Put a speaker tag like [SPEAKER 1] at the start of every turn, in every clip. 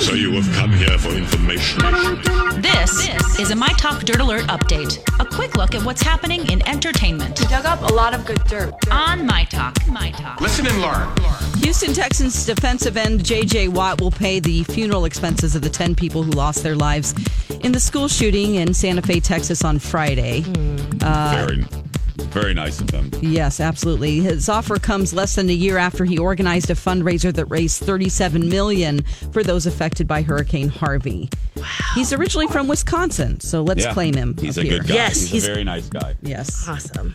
[SPEAKER 1] So you have come here for information.
[SPEAKER 2] This is a My Talk Dirt Alert update. A quick look at what's happening in entertainment
[SPEAKER 3] dug up a lot of good dirt.
[SPEAKER 2] on My Talk. My Talk.
[SPEAKER 4] Listen and learn.
[SPEAKER 5] Houston Texans defensive end J.J. Watt will pay the funeral expenses of the 10 people who lost their lives in the school shooting in Santa Fe, Texas on Friday.
[SPEAKER 1] very, very nice of them.
[SPEAKER 5] Yes, absolutely. His offer comes less than a year after he organized a fundraiser that raised 37 million for those affected by Hurricane Harvey. Wow. He's originally from Wisconsin, so let's
[SPEAKER 1] Yeah.
[SPEAKER 5] claim him.
[SPEAKER 1] He's
[SPEAKER 5] up
[SPEAKER 1] a
[SPEAKER 5] here.
[SPEAKER 1] good guy.
[SPEAKER 6] Yes,
[SPEAKER 1] he's,
[SPEAKER 6] he's-
[SPEAKER 1] a very nice guy.
[SPEAKER 5] Yes.
[SPEAKER 6] Awesome.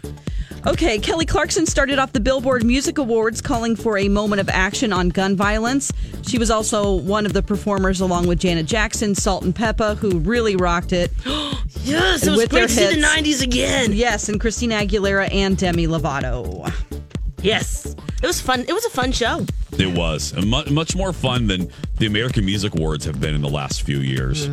[SPEAKER 5] Okay, Kelly Clarkson started off the Billboard Music Awards calling for a moment of action on gun violence. She was also one of the performers along with Janet Jackson, Salt and Peppa, who really rocked it.
[SPEAKER 6] Yes, it
[SPEAKER 5] And
[SPEAKER 6] was
[SPEAKER 5] with
[SPEAKER 6] great to
[SPEAKER 5] their
[SPEAKER 6] see the '90s again.
[SPEAKER 5] Yes, and Christina Aguilera and Demi Lovato.
[SPEAKER 6] Yes, it was fun. It was a fun show.
[SPEAKER 1] It was A mu- much more fun than the American Music Awards have been in the last few years.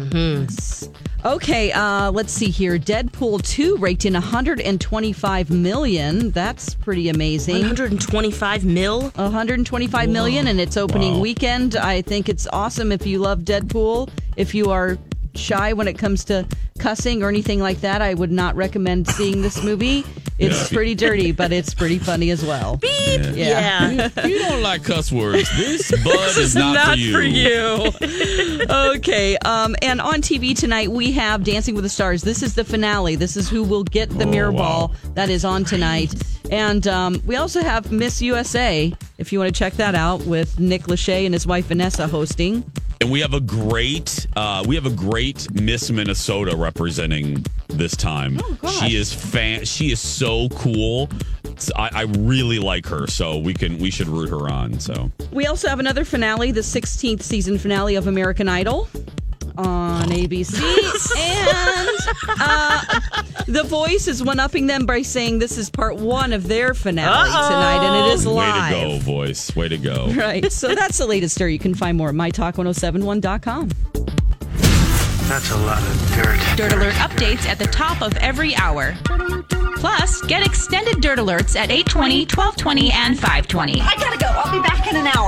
[SPEAKER 5] Okay, uh, let's see here. Deadpool 2 raked in 125 million. That's pretty amazing.
[SPEAKER 6] 125 mil.
[SPEAKER 5] 125 million in its opening weekend. I think it's awesome if you love Deadpool. If you are shy when it comes to cussing or anything like that, I would not recommend seeing this movie. It's
[SPEAKER 1] Yeah.
[SPEAKER 5] pretty dirty, but it's pretty funny as well. Beep. Yeah.
[SPEAKER 6] Yeah.
[SPEAKER 1] you don't like cuss words. This bud is not, for you.
[SPEAKER 5] okay. Um, and on TV tonight, we have Dancing with the Stars. This is the finale. This is who will get the
[SPEAKER 1] Oh,
[SPEAKER 5] mirror
[SPEAKER 1] wow.
[SPEAKER 5] ball that is on tonight. And um, we also have Miss USA, if you want to check that out, with Nick Lachey and his wife Vanessa hosting.
[SPEAKER 1] And we have a great, uh, we have a great Miss Minnesota representing this time.
[SPEAKER 5] gosh.
[SPEAKER 1] she is fan. She is so cool. S- I, I really like her, so we can we should root her on. So
[SPEAKER 5] We also have another finale, the 16th season finale of American Idol on ABC. and uh, The Voice is one upping them by saying this is part one of their finale tonight, and it is live.
[SPEAKER 1] way to go, voice. Way to go.
[SPEAKER 5] Right. So that's the latest story. You can find more at mytalk1071.com.
[SPEAKER 7] That's a lot of dirt.
[SPEAKER 2] Dirt Alert updates at the top of every hour. Plus, get extended Dirt Alerts at 820, 1220, and 520.
[SPEAKER 3] I gotta go. I'll be back in an hour.